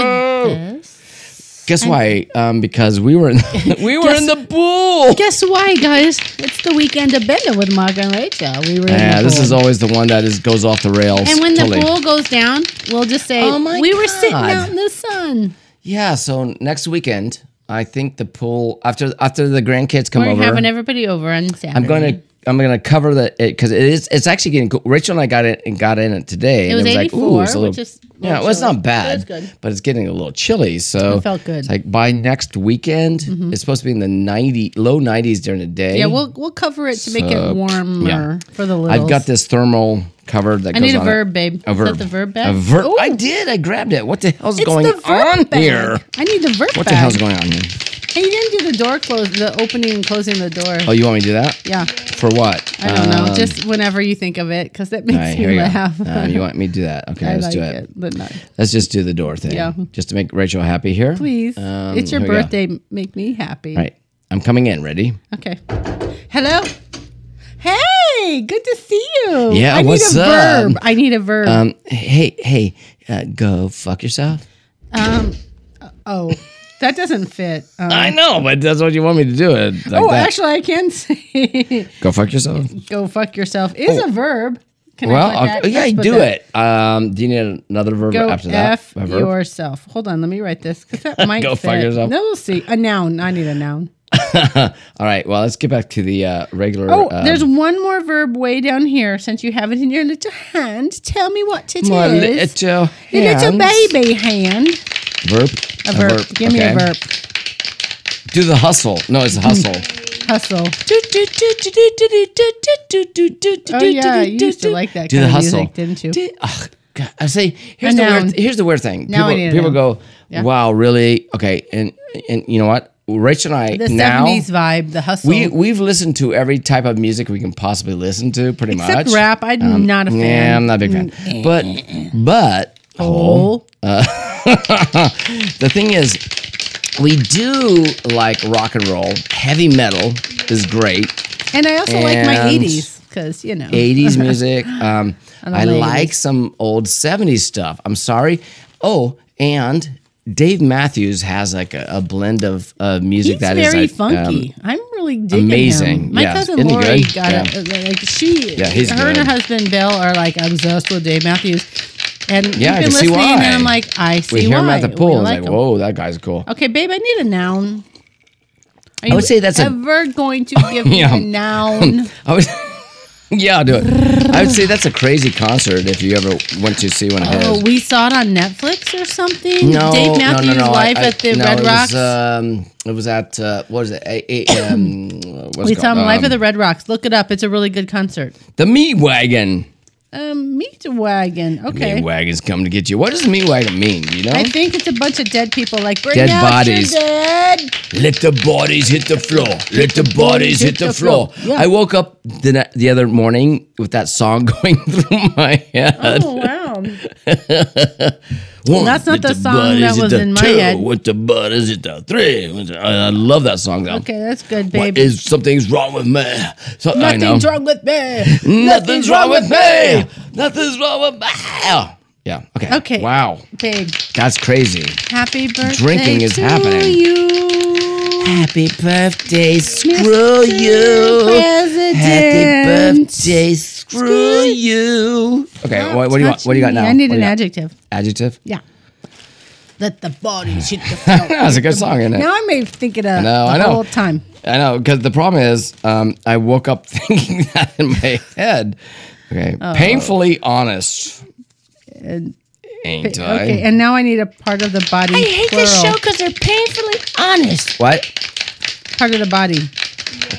S4: this?
S3: Guess why? Um, because we were in we were in
S4: Guess-
S3: the pool.
S4: Guess why, guys? It's the weekend of Benda with Mark and Rachel. We were in
S3: Yeah,
S4: the
S3: this
S4: pool.
S3: is always the one that is goes off the rails.
S4: And when
S3: totally.
S4: the pool goes down, we'll just say
S3: Oh my
S4: we were sitting
S3: God.
S4: out in the sun.
S3: Yeah, so next weekend, I think the pool after after the grandkids come
S4: We're
S3: over.
S4: having everybody over on Saturday.
S3: I'm going to I'm going to cover the it because it is it's actually getting cool. Rachel and I got it and got in it today.
S4: It
S3: and
S4: was
S3: like,
S4: 84,
S3: ooh, it's a little,
S4: which is a
S3: yeah,
S4: little
S3: well, it's
S4: chilly.
S3: not bad,
S4: It was good.
S3: but it's getting a little chilly. So
S4: It felt good. Mm-hmm.
S3: It's like by next weekend, it's supposed to be in the 90 low 90s during the day.
S4: Yeah, we'll we'll cover it to make
S3: So,
S4: it warmer
S3: yeah.
S4: for the littles.
S3: I've got this thermal cover that
S4: I
S3: goes
S4: need a
S3: on it.
S4: verb, babe.
S3: A
S4: Is that
S3: verb.
S4: the verb bag?
S3: A verb. I
S4: Ooh.
S3: did. I grabbed it. What the hell's
S4: It's
S3: going
S4: the verb
S3: on
S4: bag.
S3: here?
S4: I need the verb
S3: What
S4: bag.
S3: the hell's going on here?
S4: Hey, you didn't do the door close, the opening and closing the door.
S3: Oh, you want me to do that?
S4: yeah,
S3: For what?
S4: I don't know.
S3: Um,
S4: Just whenever you think of it, because that makes
S3: all right, here
S4: me
S3: you go.
S4: laugh.
S3: Um, you want me to do that? Okay,
S4: I
S3: let's
S4: like
S3: do
S4: it. but not.
S3: Let's just do the door thing.
S4: Yeah.
S3: Just to make Rachel happy here.
S4: Please,
S3: Um,
S4: it's your
S3: here we go.
S4: birthday. Make me happy.
S3: All right. I'm coming in. Ready?
S4: Okay. Hello. Hey, good to see you.
S3: Yeah,
S4: I need
S3: what's
S4: a
S3: up?
S4: verb. I need a verb.
S3: Um. Hey. Hey. Uh, go fuck yourself.
S4: Um, oh, that doesn't fit. Um,
S3: I know, but that's what you want me to do. It like
S4: oh,
S3: Uh, that.
S4: actually, I can say
S3: go fuck yourself.
S4: "go fuck yourself" is a verb. Can I
S3: Oh.
S4: put
S3: Well,
S4: that?
S3: okay. yeah,
S4: Let's put
S3: do
S4: that.
S3: it. Um. Do you need another verb
S4: Go
S3: after that?
S4: f
S3: A verb?
S4: yourself. Hold on, let me write this because that might
S3: Go
S4: fit.
S3: fuck yourself.
S4: No, we'll see. A noun. I need a noun.
S3: All right. Well, let's get back to the uh, regular.
S4: Oh,
S3: uh,
S4: there's one more verb way down here. Since you have it in your little hand, tell me what it is.
S3: my little
S4: Your little
S3: hands.
S4: baby hand.
S3: Verb.
S4: A verb. Give me a
S3: okay.
S4: verb.
S3: Do the hustle. No, it's hustle.
S4: Hustle.
S5: Oh,
S4: Oh yeah, you used to like that
S3: Do
S4: kind
S3: the
S4: of
S3: hustle.
S4: music, didn't you?
S3: Did- ugh, God, I say here's the
S4: noun.
S3: weird, here's the weird thing.
S4: Now I
S3: people
S4: need a
S3: people
S4: noun.
S3: go, wow, really? Okay, and and you know what? Rachel and I
S4: the
S3: now
S4: 70s vibe, the hustle.
S3: we we've listened to every type of music we can possibly listen to, pretty
S4: Except
S3: much.
S4: rap, I'm not a fan.
S3: Yeah, I'm not a big fan. But but
S4: Oh,
S3: the thing is, we do like rock and roll. Heavy metal is great.
S4: and I also like my
S3: And-
S4: 80s because you know.
S3: 80s music. Um,
S4: the
S3: I
S4: ladies.
S3: like some old 70s stuff. I'm sorry. Oh, and Dave Matthews has like a, a blend of uh, music
S4: He's
S3: that is
S4: very
S3: like, um,
S4: funky. I'm really digging
S3: amazing.
S4: him. My
S3: Yeah,
S4: cousin
S3: isn't he
S4: Lori
S3: good?
S4: got it. Like she,
S3: Yeah, he's
S4: her and her
S3: good.
S4: husband Bill are like obsessed with Dave Matthews, and
S3: Yeah, I
S4: we've been
S3: can see
S4: listening,
S3: why.
S4: and I'm like, I see
S3: we hear him
S4: why.
S3: at the
S4: We
S3: pool. It's like,
S4: him.
S3: whoa, that guy's cool.
S4: Okay, babe, I need a noun. Are you
S3: would say that's a-
S4: ever going to give me
S3: Yeah.
S4: a noun?
S3: I was, yeah, I'll do it. I would say that's a crazy concert if you ever went to see one of his.
S4: Oh, we saw it on Netflix or something.
S3: no,
S4: Dave Matthews
S3: no, no, no. I-
S4: live
S3: I-
S4: at the
S3: no,
S4: Red
S3: it
S4: Rocks.
S3: Was, um, it was at uh, what is it? A, a, um, what's it
S4: we saw
S3: called?
S4: him live
S3: Um,
S4: at the Red Rocks. Look it up. It's a really good concert.
S3: the Meat Wagon.
S4: Um, meat wagon. Okay.
S3: Meat wagons come to get you. What does meat wagon mean? You know,
S4: I think it's a bunch of dead people. Like bring
S3: Dead
S4: out
S3: bodies.
S4: Your dead.
S3: let the bodies hit the floor. Let the bodies hit the floor.
S4: Yeah.
S3: I woke up the na- the other morning with that song going through my head.
S4: Oh wow.
S3: One,
S4: that's
S3: let
S4: not the song
S3: bodies
S4: that
S3: hit
S4: was
S3: the
S4: in my
S3: two.
S4: head.
S3: With the bodies hit the three. With the- I I love that song though.
S4: Okay, that's good,
S3: What
S4: babe.
S3: is something's wrong with me? So, I know.
S4: Nothing's wrong with me.
S3: Nothing's wrong with me. Nothing's wrong with me. Yeah. Okay.
S4: Okay.
S3: Wow.
S4: Babe,
S3: That's crazy.
S4: happy birthday.
S3: Drinking is
S4: to
S3: happening.
S4: You.
S3: Happy birthday, screw
S4: Mr.
S3: you.
S4: President.
S3: Happy birthday, screw you. Okay,
S4: Don't
S3: what, what do you want?
S4: touch
S3: What do you got
S4: me.
S3: now?
S4: I need
S3: What do
S4: an
S3: you got?
S4: adjective.
S3: Adjective.
S4: Yeah. Let the bodies hit the floor.
S3: That was a good song, isn't it?
S4: now I may think it up
S3: know,
S4: the
S3: I know.
S4: whole time.
S3: I know, because the problem is, um, I woke up thinking that in my head. Okay,
S4: Oh.
S3: painfully honest. Ain't I?
S4: Okay, and now I need a part of the body.
S5: I hate
S4: plural.
S5: this show because they're painfully honest.
S3: what
S4: Part of the body.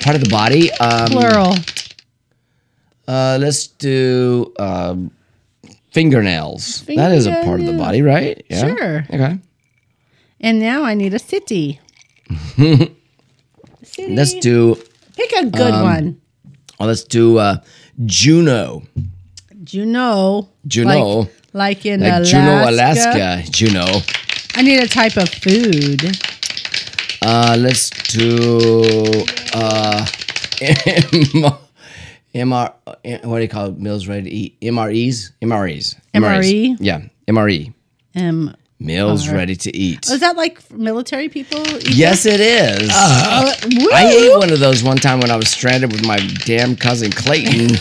S3: part of the body? Um,
S4: Plural.
S3: uh, let's do um, fingernails. That is a part of the body, right? Yeah?
S4: Sure.
S3: Okay.
S4: And now I need a city. city.
S3: Let's do. um,
S4: Pick a good one.
S3: Oh, let's do uh, Juno.
S4: Juneau.
S3: Juneau.
S4: Like, like in
S3: Like
S4: Alaska.
S3: Juneau, Alaska. Juneau.
S4: I need a type of food.
S3: Uh, let's do uh, MR, MR. What do you
S4: E?
S3: call it? meals ready to eat? MREs. MREs.
S4: MRE?
S3: Yeah, MRE.
S4: Um,
S3: Meals
S4: Alright.
S3: E. ready to eat.
S4: Is that like military people? eat
S3: Yes, it is.
S4: that? Uh, woo!
S3: I ate one of those one time when I was stranded with my damn cousin Clayton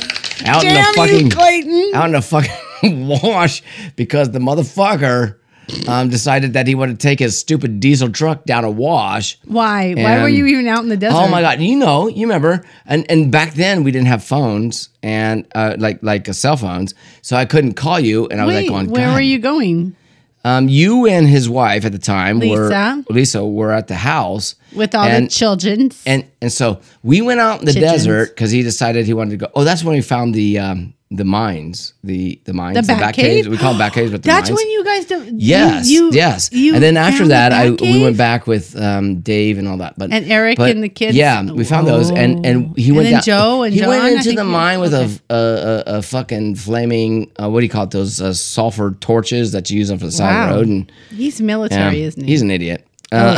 S3: out in the
S4: Damn
S3: fucking
S4: you, Clayton.
S3: out in the fucking wash because the motherfucker um, decided that he wanted to take his stupid diesel truck down a wash.
S4: Why? Why were
S3: And-
S4: you even out in the desert?
S3: Oh my god! You know, you remember, and and back then we didn't have phones and uh, like like uh, cell phones, so I couldn't call you, and I was like,
S4: Wait,
S3: going,
S4: where
S3: "God
S4: were you going?
S3: um, you and his wife at the time
S4: Lisa.
S3: were Lisa were at the house
S4: With all
S3: and,
S4: the children?
S3: and and so we went out in the
S4: Chickens.
S3: desert because he decided he wanted to go. Oh, that's when we found the um, the mines, the the mines,
S4: The bat cave?
S3: We call them back caves, but the
S4: That's
S3: mines.
S4: when you guys did.
S3: Yes,
S4: you,
S3: yes.
S4: you
S3: and then after
S4: found the
S3: that, I
S4: bat
S3: we went
S4: cave?
S3: back with um, Dave and all that, but
S4: And Eric
S3: but,
S4: and the kids? Oh.
S3: Yeah, we found those, and and he
S4: And
S3: went
S4: then
S3: down.
S4: Joe and
S3: he
S4: John, I
S3: went into
S4: think
S3: the
S4: you-
S3: mine with
S4: okay.
S3: a, a a a fucking flaming uh, what do you call it? Those uh, sulfur torches that you use on for the side of the
S4: Wow.
S3: road, and
S4: He's military,
S3: yeah,
S4: isn't he?
S3: He's Um, an idiot. Uh,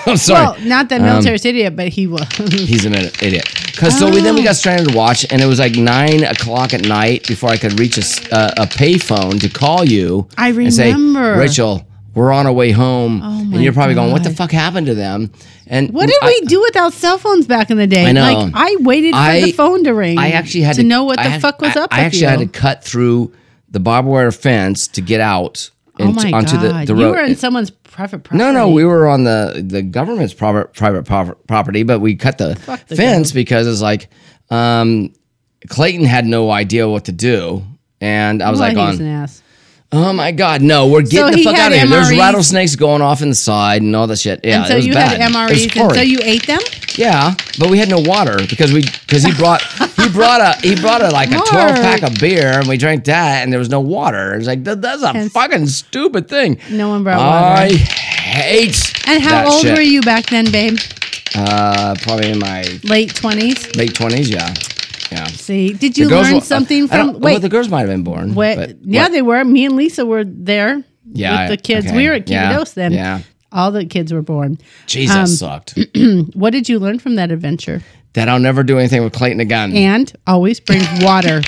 S3: I'm sorry.
S4: Well, not that military's idiot, but he was.
S3: He's an idi- idiot. Cause so we, then we got stranded to watch, and it was like nine o'clock at night before I could reach a s- uh, a payphone to call you.
S4: I
S3: And say,
S4: remember. Oh
S3: Rachel, we're on our way home,
S4: my
S3: and you're probably going, "What the
S4: God.
S3: fuck happened to them?" And
S4: what did
S3: I-
S4: we do without cell phones back in the day?
S3: I know.
S4: Like I waited for
S3: I-
S4: the phone to ring.
S3: I actually had
S4: to,
S3: to,
S4: know what
S3: I
S4: the
S3: had-
S4: fuck was
S3: I,
S4: up.
S3: I
S4: with
S3: actually
S4: you.
S3: had to cut through the barbed wire fence to get out
S4: Oh
S3: and
S4: my
S3: onto
S4: god!
S3: the the
S4: you
S3: road.
S4: were in someone's private property.
S3: no, no, we were on the the government's private private pro- property, but we cut the,
S4: the
S3: fence because it's like um, Clayton had no idea what to do, and I was
S4: Well,
S3: like,
S4: he
S3: on,
S4: was an ass.
S3: "Oh my god, no, we're getting the
S4: he
S3: fuck out
S4: had
S3: of here." There's
S4: MREs.
S3: rattlesnakes going off inside and all that shit. Yeah,
S4: and so
S3: it was
S4: you
S3: bad.
S4: had
S3: It was
S4: MREs, and so
S3: horrid.
S4: you ate them.
S3: Yeah, but we had no water because we because he brought he brought a he brought a like a twelve pack of beer and we drank that and there was no water. It's like that, that's a
S4: Hence-
S3: fucking stupid thing.
S4: No one brought
S3: I
S4: water.
S3: hate.
S4: And how
S3: that
S4: old
S3: shit.
S4: were you back then, babe?
S3: Uh, probably in my
S4: Late twenties.
S3: late twenties. Yeah, yeah.
S4: See, did
S3: The
S4: you
S3: girls
S4: learn
S3: were-
S4: something
S3: I don't-
S4: from?
S3: well,
S4: Wait,
S3: the girls might have been born.
S4: What?
S3: but-
S4: yeah,
S3: what-
S4: they were. Me and Lisa were there
S3: Yeah,
S4: with the kids.
S3: okay.
S4: We were at
S3: Yeah,
S4: Kivados then.
S3: yeah.
S4: All the kids were born.
S3: Jesus
S4: um,
S3: sucked.
S4: What did you learn from that adventure?
S3: that I'll never do anything with Clayton again, and,
S4: And always bring water.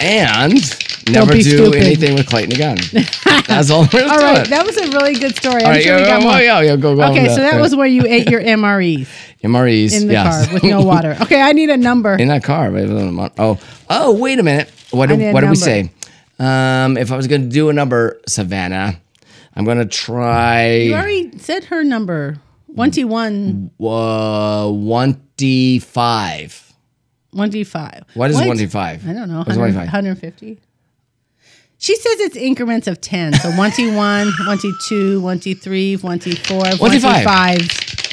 S3: never do
S4: be stupid.
S3: anything with Clayton again. That's all there is
S4: All
S3: to
S4: right,
S3: it.
S4: that was a really good story. I'm
S3: all right,
S4: sure
S3: yeah,
S4: we
S3: yeah,
S4: got more.
S3: well, oh, yeah, yeah, go, go on
S4: Okay,
S3: with
S4: so that
S3: yeah.
S4: was where you ate your MREs
S3: MREs
S4: in the
S3: yes.
S4: car with no water. Okay, I need a number.
S3: in that car. but it wasn't a mon- Oh, oh, wait a minute. What
S4: I need
S3: did,
S4: a
S3: what did we
S4: number.
S3: say? Um, if I was going to do a number, Savannah, I'm going to
S4: You
S3: try
S4: already said her number. Twenty-one,
S3: uh, 1d5.
S4: twenty-five.
S3: What is 1d5?
S4: I don't know.
S3: What's
S4: 100,
S3: 1d5?
S4: 150. She says it's increments of 10. So 121, 122, 123, 124,
S3: 125.
S4: 125.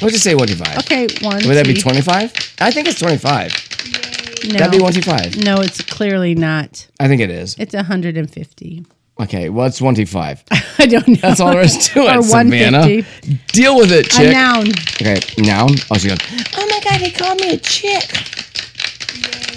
S3: Let's just say 1d5.
S4: Okay, one.
S3: Would that be
S4: two,
S3: 25? I think it's 25.
S4: No.
S3: That'd be 1d5.
S4: No, it's clearly not.
S3: I think it is.
S4: It's 150.
S3: Okay, well, it's 1d5.
S4: I don't know.
S3: That's all there is to it,
S4: Or
S3: Savannah.
S4: 150.
S3: Deal with it,
S4: A
S3: chick.
S4: noun.
S3: Okay, now. Oh, she goes,
S5: Oh my god, he called me a chick.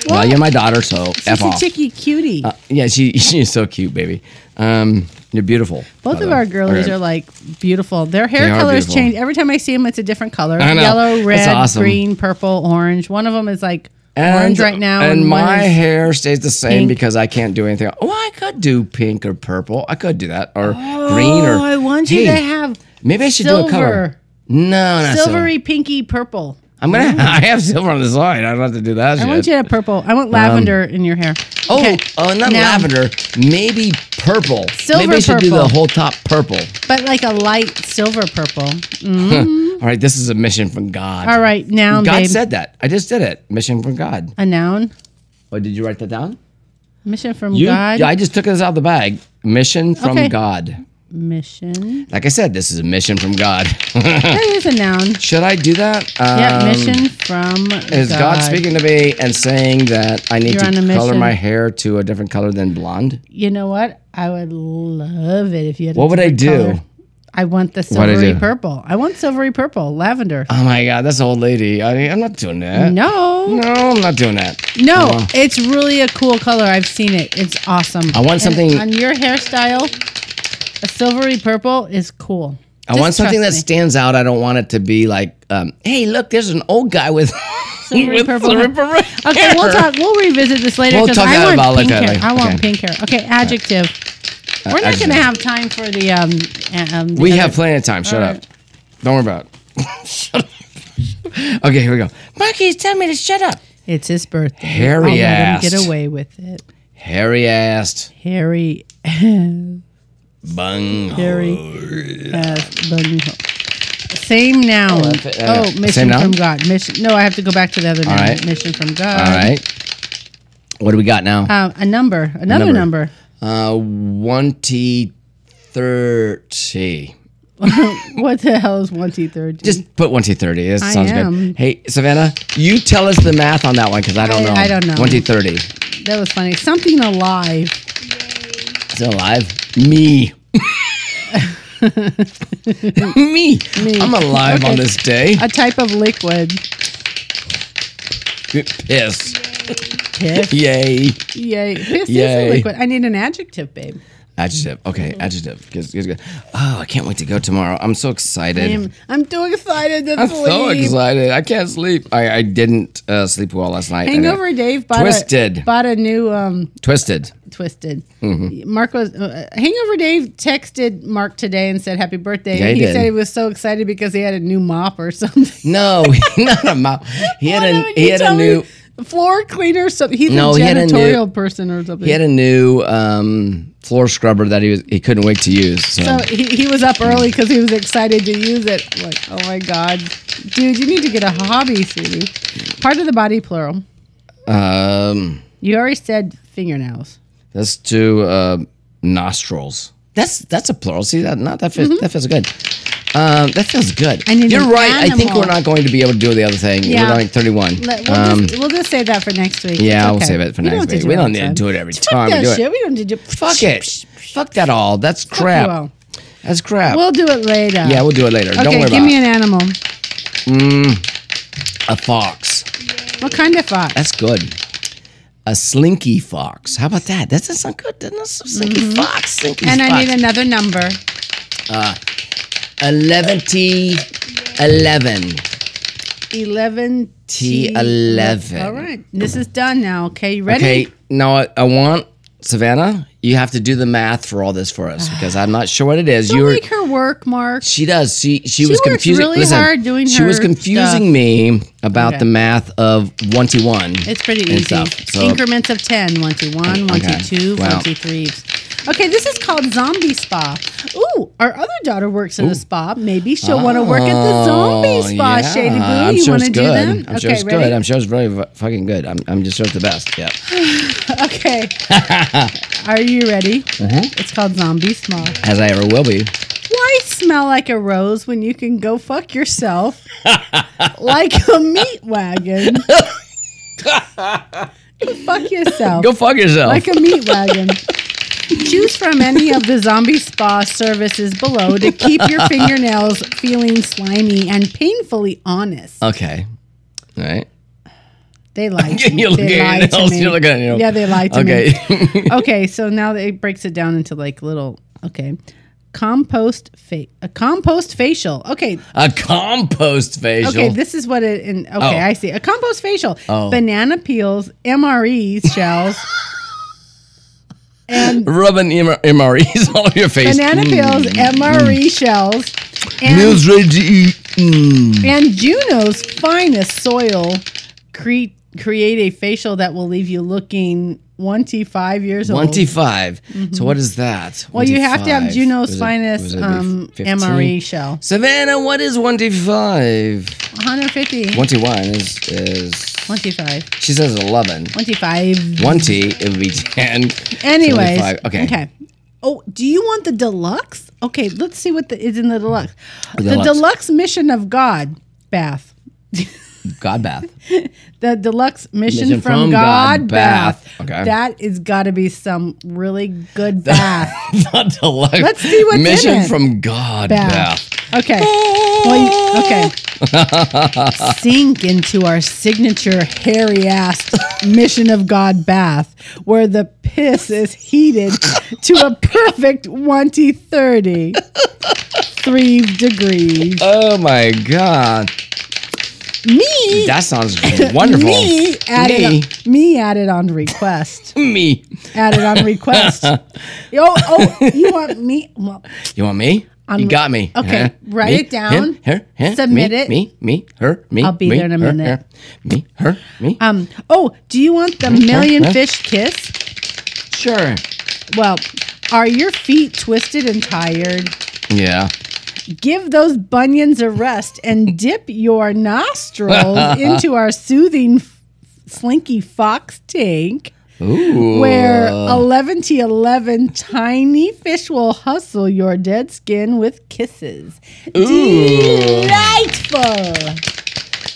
S3: well, you're my daughter, so F
S4: She's a
S3: off. Uh,
S4: chicky cutie.
S3: Yeah, she she's so cute, baby. Um, you're beautiful. by
S4: Both
S3: the
S4: of
S3: way.
S4: our girlies
S3: Okay.
S4: are like beautiful. Their hair
S3: They are
S4: colors
S3: beautiful.
S4: change. Every time I see them, it's a different color
S3: I know.
S4: yellow,
S3: That's
S4: red,
S3: awesome.
S4: green, purple, orange. One of them is like
S3: And-
S4: orange right now.
S3: And
S4: one
S3: my
S4: is-
S3: hair stays the same
S4: pink.
S3: because I can't do anything. Oh, I could do pink or purple. I could do that or green or.
S4: Oh, I want you
S3: Hey,
S4: to have
S3: Maybe I should do a color.
S4: silver,
S3: No, not silver.
S4: silvery, pinky, purple.
S3: I'm gonna. I have silver on the side. I don't have to do that.
S4: I
S3: shit.
S4: want you to have purple. I want lavender in your hair.
S3: Oh,
S4: Okay.
S3: oh, not
S4: Now-
S3: lavender. Maybe purple.
S4: Silver
S3: Maybe I should do the
S4: purple.
S3: whole top purple.
S4: but like a light silver purple. Mm.
S3: All right, this is a mission from God.
S4: All right, noun,
S3: God
S4: babe.
S3: said that. I just did it. Mission from God.
S4: a noun.
S3: Oh, did you write that down?
S4: Mission from
S3: You,
S4: God.
S3: I just took this out of the bag. Mission from
S4: Okay.
S3: God.
S4: mission.
S3: Like I said, this is a mission from God.
S4: That is a noun.
S3: Should I do that? Hmm. Um,
S4: Yeah, mission from
S3: Is God. speaking to me and saying that I need
S4: You're on a
S3: to color
S4: mission.
S3: my hair to a different color than blonde?
S4: You know what? I would love it if you had. a
S3: What would I
S4: different
S3: do?
S4: color. I want the
S3: I
S4: silvery
S3: do?
S4: purple. I want silvery purple, lavender.
S3: Oh my God, that's an old lady. I, I'm not doing that.
S4: no,
S3: No, I'm not doing that.
S4: No,
S3: Oh.
S4: it's really a cool color. I've seen it. It's awesome.
S3: I want
S4: And
S3: something-
S4: on your hairstyle. A silvery purple is cool.
S3: I want something that
S4: that's
S3: stands out. I don't want it to be like, um, hey, look, there's an old guy with
S4: Silvery
S3: with
S4: purple
S3: silver
S4: hair.
S3: purple
S4: Okay,
S3: hair.
S4: we'll talk. We'll revisit this later
S3: We'll
S4: because
S3: talk
S4: I
S3: out
S4: want
S3: about like
S4: pink
S3: that,
S4: hair.
S3: like-
S4: I want
S3: okay.
S4: pink hair. Okay, adjective. We're
S3: I
S4: not
S3: just-
S4: going to have time for the. Um, uh, um, the
S3: Uh, We
S4: other-
S3: have plenty of time. Shut
S4: All
S3: up.
S4: right.
S3: Don't worry about it. shut up. Okay, here we go. Marky's telling me to shut up.
S4: It's his birthday.
S3: Hairy
S4: I'll let him
S3: ass.
S4: get away with it.
S3: Hairy assed
S4: Harry.
S3: bung.
S4: Harry. ass bunghole. Same noun. Oh,
S3: that's it. Uh,
S4: mission
S3: same noun?
S4: from God. Mission. No, I have to go back to the other noun.
S3: right.
S4: Mission from God.
S3: All right. What do we got now?
S4: Uh, a number. Another
S3: Number.
S4: number.
S3: Uh, one t thirty.
S4: What the hell is one t thirty?
S3: Just put one t thirty. That
S4: I
S3: sounds
S4: am.
S3: good. Hey, Savannah, you tell us the math on that one because I don't
S4: I-
S3: know.
S4: I don't know.
S3: One t thirty.
S4: that was funny. Something alive.
S3: Still alive? Me. me. I'm alive on
S4: Okay.
S3: this day.
S4: A type of liquid.
S3: Piss.
S4: Piss.
S3: Yay.
S4: Yay. Piss
S3: Yay.
S4: is a liquid. I need an adjective, babe.
S3: Adjective. Okay, adjective. Good, good, good. Oh, I can't wait to go tomorrow. I'm so excited.
S4: I'm, I'm too excited to
S3: I'm
S4: sleep.
S3: so excited. I can't sleep. I, I didn't uh, sleep well last night. and, uh,
S4: Hangover Dave bought a,
S3: Twisted.
S4: bought a new um,
S3: Twisted.
S4: twisted.
S3: Mm-hmm.
S4: Mark was uh, Hangover Dave texted Mark today and said happy birthday.
S3: Yeah, he did.
S4: said he was so excited because he had a new mop or something.
S3: No, not a mop. He had
S4: Why
S3: a
S4: don't
S3: he
S4: you
S3: had a
S4: tell me?
S3: new
S4: floor cleaner. So he's
S3: No,
S4: a
S3: he had a new-
S4: janitorial person or something.
S3: he had a new um, floor scrubber that he was he couldn't wait to use. So,
S4: so he, he was up early because he was excited to use it. Like, oh my god, dude, you need to get a hobby, sweetie. Part of the body, plural.
S3: um,
S4: You already said fingernails.
S3: that's two uh, nostrils. That's that's a plural. See that not that feels that feels good. Um, that feels good.
S4: Mm-hmm. I need
S3: You're
S4: an
S3: right. I think
S4: animal.
S3: we're not going to be able to do the other thing.
S4: Yeah.
S3: We're like 31.
S4: Let- we'll,
S3: Um,
S4: just, we'll just save that for next week.
S3: Yeah, we'll
S4: Okay.
S3: save it for
S4: We don't
S3: next
S4: have to
S3: week.
S4: do
S3: We
S4: it
S3: don't
S4: all the
S3: need to
S4: time.
S3: do it every
S4: Fuck
S3: time. We
S4: that
S3: do it.
S4: shit. We don't need to.
S3: Fuck it. Fuck that all. That's crap.
S4: all.
S3: That's crap.
S4: We'll do it later.
S3: yeah, we'll do it later.
S4: Okay,
S3: Don't worry
S4: give
S3: about
S4: me
S3: it.
S4: an animal.
S3: a fox.
S4: What kind of fox?
S3: That's good. A slinky fox. How about that? That doesn't sound good. Doesn't that sound slinky fox? Slinky
S4: Mm-hmm. and
S3: fox.
S4: I need another number.
S3: eleven T eleven.
S4: Eleven
S3: T
S4: All
S3: 11.
S4: right, this is done now. Okay, you ready?
S3: Okay, now I, I want Savannah. You have to do the math for all this for us because I'm not sure what it is.
S4: Don't
S3: You're
S4: make her work, Mark.
S3: She does. She she, was
S4: works
S3: confusing.
S4: really
S3: Listen,
S4: hard doing
S3: she was
S4: her
S3: confusing
S4: stuff.
S3: me about
S4: Okay.
S3: the math of one to one.
S4: It's pretty
S3: and
S4: easy.
S3: stuff. So,
S4: Increments of 10. 1 to 1, 1
S3: Okay.
S4: to 2,
S3: Wow.
S4: 1 to 3. Okay, this is called Zombie Spa. Ooh, our other daughter works in a spa. Maybe she'll want to work at the Zombie
S3: Oh,
S4: Spa,
S3: yeah.
S4: Shady Boo.
S3: I'm
S4: you
S3: sure
S4: want
S3: it's
S4: to do
S3: good.
S4: them?
S3: I'm sure it's good. I'm sure it's very fu- fucking good. I'm, I'm just sure it's the best. Yeah.
S4: Okay. Are you ready?
S3: Uh-huh.
S4: It's called Zombie Spa.
S3: As I ever will be.
S4: Why smell like a rose when you can go fuck yourself like a meat wagon? go fuck yourself.
S3: Go fuck yourself.
S4: like a meat wagon. Choose from any of the zombie spa services below to keep your fingernails feeling slimy and painfully honest.
S3: okay. All right.
S4: They lied to me.
S3: You're looking
S4: they
S3: at your
S4: lied to
S3: nails.
S4: me.
S3: You're looking at your nails.
S4: Yeah, they lied to me.
S3: Okay.
S4: okay, so now it breaks it down into like little. Okay, compost fa- a compost facial. Okay,
S3: a compost facial.
S4: Okay, this is what it. In, okay,
S3: Oh.
S4: I see. A compost facial,
S3: Oh.
S4: banana peels, MRE shells, and
S3: Rubbing MR- MREs all over your face.
S4: banana peels, MRE
S3: Mm.
S4: shells, and,
S3: Meals ready to eat. Mm.
S4: and Juno's finest soil create create a facial that will leave you looking 25 years old.
S3: 25. So what is that?
S4: Mm-hmm. Well, you have to have
S3: 25.
S4: Juno's
S3: Was it- was
S4: finest
S3: it the
S4: um,
S3: 15?
S4: MRE shell.
S3: Savannah, what is 125?
S4: 150.
S3: 21 is, is
S4: 25.
S3: she says 11.
S4: 25.
S3: 20, it would be 10.
S4: Anyways,
S3: 25. Okay.
S4: Okay. Oh, do you want the deluxe? Okay, let's see what the, is in the deluxe. The
S3: deluxe.
S4: deluxe. mission of God bath.
S3: God bath.
S4: The deluxe mission,
S3: Mission
S4: from,
S3: from
S4: God,
S3: God
S4: bath.
S3: bath. Okay.
S4: That is got to be some really good bath.
S3: Not deluxe.
S4: Let's see what's in
S3: Mission
S4: it.
S3: from God
S4: bath.
S3: bath.
S4: Okay.
S3: Oh,
S4: Well, you- okay. Sink into our signature hairy ass Mission of God bath where the piss is heated to a perfect 20 30 three degrees.
S3: Oh my God.
S4: Me.
S3: That sounds wonderful.
S4: Me added
S3: Me.
S4: On, me added on request.
S3: Me.
S4: added on request. oh, oh, you want me? Well,
S3: You want me? you got me.
S4: okay, write
S3: me,
S4: it down.
S3: Him, her, him,
S4: Submit
S3: me,
S4: it.
S3: Me, me, her, me.
S4: I'll be
S3: me,
S4: there in a
S3: her,
S4: minute.
S3: her, me, her, me.
S4: um. Oh, do you want the million fish kiss?
S3: sure.
S4: Well, are your feet twisted and tired?
S3: Yeah.
S4: Give those bunions a rest and dip your nostrils into our soothing f- slinky fox tank
S3: Ooh.
S4: where 11 to 11 tiny fish will hustle your dead skin with kisses. Delightful!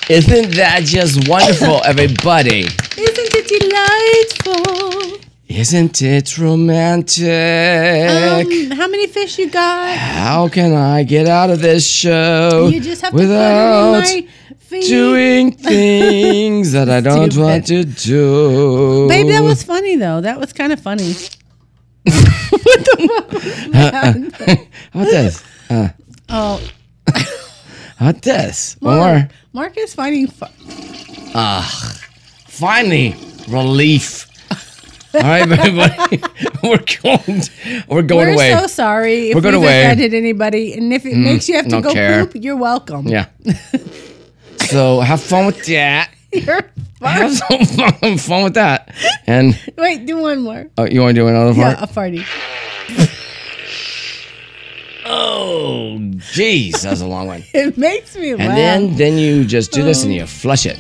S3: Isn't that just wonderful, everybody?
S4: Isn't it delightful?
S3: Isn't it romantic?
S4: Um, how many fish you got?
S3: How can I get out of this show
S4: You just have to put it
S3: Oh, without
S4: in my feet.
S3: doing things that I don't want to do?
S4: Babe, that was funny though. That was kind of funny. what the fuck? was
S3: Uh,
S4: that?
S3: How about this?
S4: Oh,
S3: How about this? One more.
S4: Mark, Mark is finding. Fu-
S3: Finally, relief. All right, everybody, we're going. We're going
S4: We're
S3: away.
S4: so sorry if
S3: We're
S4: we've
S3: going away. Mm,
S4: offended anybody, and if it makes you have to
S3: don't
S4: go
S3: care.
S4: poop, you're welcome.
S3: yeah. so have fun with that.
S4: You're far-
S3: Have some fun, fun with that. And
S4: Wait, do one more.
S3: oh, you want to do another part?
S4: Yeah, a party.
S3: Oh, jeez, that was a long one.
S4: It makes me laugh.
S3: And then, then you just do this and you flush it.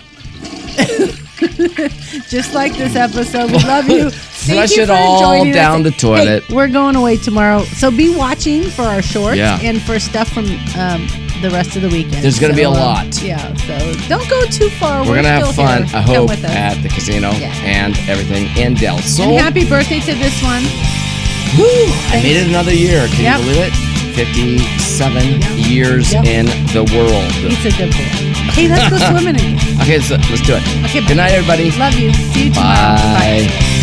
S4: just like this episode. We love you. Thank
S3: Flush
S4: you
S3: it
S4: for
S3: all
S4: joining us.
S3: down the
S4: Hey,
S3: toilet.
S4: we're going away tomorrow, so be watching for our shorts
S3: Yeah.
S4: and for stuff from um, the rest of the weekend.
S3: There's gonna
S4: So,
S3: be a
S4: um,
S3: lot.
S4: yeah, so don't go too far.
S3: We're gonna have
S4: still
S3: fun,
S4: here.
S3: I
S4: Come
S3: hope,
S4: with us.
S3: at the casino
S4: Yeah.
S3: and everything in Del Sol.
S4: And happy birthday to this one.
S3: Woo! I made it another year. Can
S4: Yep.
S3: you believe it? 57 years
S4: Yep.
S3: in the world.
S4: He's a good boy. Hey, let's go swimming again.
S3: Okay, so let's do it.
S4: Okay,
S3: Good night, everybody.
S4: Love you. See you tomorrow.
S3: Bye.
S4: Bye.